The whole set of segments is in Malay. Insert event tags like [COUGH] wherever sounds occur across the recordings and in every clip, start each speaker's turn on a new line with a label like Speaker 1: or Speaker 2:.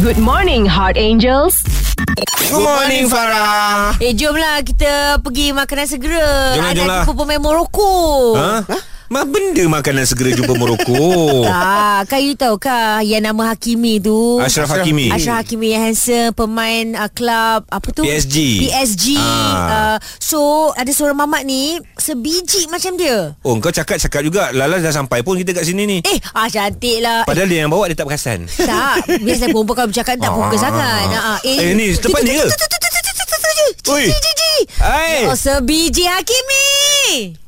Speaker 1: Good morning, Heart Angels.
Speaker 2: Good morning Farah
Speaker 3: Eh jomlah kita pergi makanan segera
Speaker 2: Jom lah,
Speaker 3: Ada
Speaker 2: jom lah.
Speaker 3: jumpa pemain Morocco
Speaker 2: Ha? Ma benda makanan segera jumpa
Speaker 3: [LAUGHS]
Speaker 2: Morocco
Speaker 3: Ah, kau you tahu kah yang nama Hakimi tu?
Speaker 2: Ashraf Hakimi
Speaker 3: oh, Ashraf Hakimi yang handsome pemain uh, klub apa tu?
Speaker 2: PSG.
Speaker 3: PSG.
Speaker 2: Ah.
Speaker 3: Uh, so ada seorang mamat ni sebiji macam dia.
Speaker 2: Oh kau cakap-cakap juga Lala dah sampai pun kita kat sini ni
Speaker 3: Eh, ah cantik lah. Eh,
Speaker 2: Padahal dia yang bawa dia tak perasan
Speaker 3: tak, biasanya perempuan kalau bercakap tak
Speaker 2: Ah.
Speaker 3: fokus sangat. Ah,
Speaker 2: Eh, ni
Speaker 3: tu,
Speaker 2: tempat dia
Speaker 3: tu,
Speaker 2: ke?
Speaker 3: tu, tu, tu, tu, tu, tu, tu, tu, tu, tu,
Speaker 2: Ui.
Speaker 3: tu, tu, tu.
Speaker 2: Hai.
Speaker 3: Oh, sebiji Hakimi.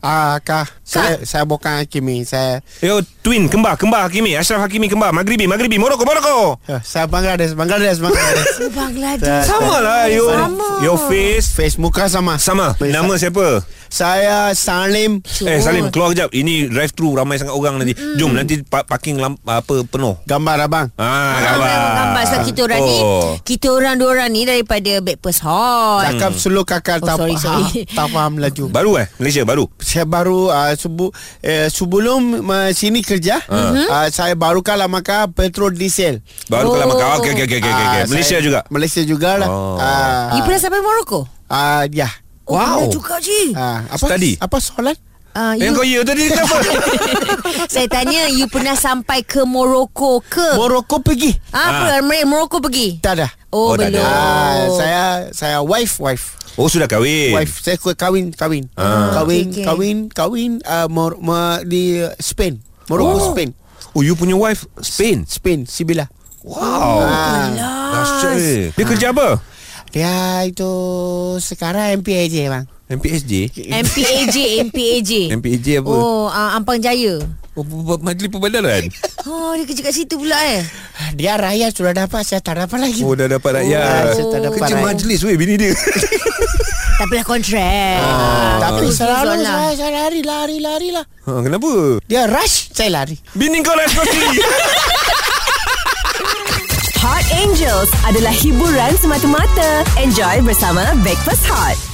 Speaker 4: Ah, kah. Saya saya bukan Hakimi. Saya
Speaker 2: Yo twin kembar kembar Hakimi Ashraf Hakimi kembar Maghribi Maghribi Morocco Morocco
Speaker 4: eh, saya Bangladesh,
Speaker 2: [LAUGHS]
Speaker 4: Bangladesh, Bangladesh.
Speaker 3: Bangladesh.
Speaker 2: Sama lah yo
Speaker 3: Sama.
Speaker 2: Your face
Speaker 4: Face muka sama.
Speaker 2: sama
Speaker 4: Face-
Speaker 2: Nama siapa
Speaker 4: Saya Salim.
Speaker 2: Eh Salim keluar kejap Ini drive thru Ramai sangat orang nanti Jom nanti pa- parking lamp, apa penuh
Speaker 4: Gambar abang.
Speaker 2: Ah, gambar.
Speaker 3: Gambar. Gambar sebab kita orang ni
Speaker 2: Oh.
Speaker 3: Kita orang dua orang ni Daripada Backpast Hall
Speaker 4: Cakap selalu kakak
Speaker 3: Oh,
Speaker 4: tak,
Speaker 3: sorry, sorry.
Speaker 4: Ha, [LAUGHS] tak faham laju.
Speaker 2: Baru eh Malaysia baru
Speaker 4: Saya baru uh, subuh eh, sebelum uh, sini
Speaker 2: Ah.
Speaker 4: kerja, uh, saya baru kalah makan petrol diesel.
Speaker 2: Baru oh. kalau
Speaker 3: Oh.
Speaker 2: makan Okay okay okay, okay, okay.
Speaker 4: Ah,
Speaker 2: Malaysia
Speaker 4: saya-
Speaker 2: juga
Speaker 4: Malaysia juga lah.
Speaker 2: Oh.
Speaker 4: Ah,
Speaker 3: You pernah sampai Morocco?
Speaker 4: ah, ya.
Speaker 3: Oh, wow. pernah juga Ji
Speaker 4: Ah, apa?
Speaker 2: Study.
Speaker 4: Apa soalan?
Speaker 3: uh, you,
Speaker 2: Yang kau ya tadi kenapa
Speaker 3: Saya tanya You pernah sampai ke Morocco ke? Ah,
Speaker 4: Morocco pergi.
Speaker 3: Apa? Mor- Morocco pergi?
Speaker 4: Tak ada.
Speaker 3: Oh,
Speaker 2: Ah. Oh, tak
Speaker 3: belum
Speaker 2: ada.
Speaker 4: Ah, saya saya wife wife.
Speaker 2: [LAUGHS] Oh sudah kahwin
Speaker 4: wife saya ikut kahwin kahwin
Speaker 2: Ah.
Speaker 4: kahwin
Speaker 3: Okay, okay.
Speaker 4: kahwin kahwin uh, mor, mor, di uh, Spain
Speaker 2: Wow.
Speaker 4: Morocco Spain
Speaker 2: Oh you punya wife Spain
Speaker 4: Spain Sibila
Speaker 2: Wow
Speaker 4: ah.
Speaker 2: Dahsyat eh. Dia kerja apa
Speaker 4: dia itu sekarang MPAJ bang
Speaker 2: MPSJ
Speaker 3: MPAJ MPAJ
Speaker 2: MPAJ apa oh.
Speaker 3: Oh uh, Ampang Jaya
Speaker 2: Majlis kan? [LAUGHS] Perbadaran
Speaker 3: Oh dia kerja kat situ pula eh
Speaker 4: [LAUGHS] dia raya sudah dapat saya tak dapat lagi
Speaker 2: Oh dah dapat eh. rakyat
Speaker 4: Ah, saya tak dapat
Speaker 2: Kerja
Speaker 4: raya.
Speaker 2: majlis weh bini dia [LAUGHS]
Speaker 3: Tapi lah kontrak ah,
Speaker 4: tapi
Speaker 3: terus
Speaker 4: selalu
Speaker 3: use on lah.
Speaker 4: saya, saya lari lari lari lah
Speaker 2: ha, Kenapa
Speaker 4: dia rush saya lari
Speaker 2: Bini [LAUGHS] kau lah, last kaki
Speaker 1: Heart Angels adalah hiburan semata-mata. Enjoy bersama Breakfast Heart.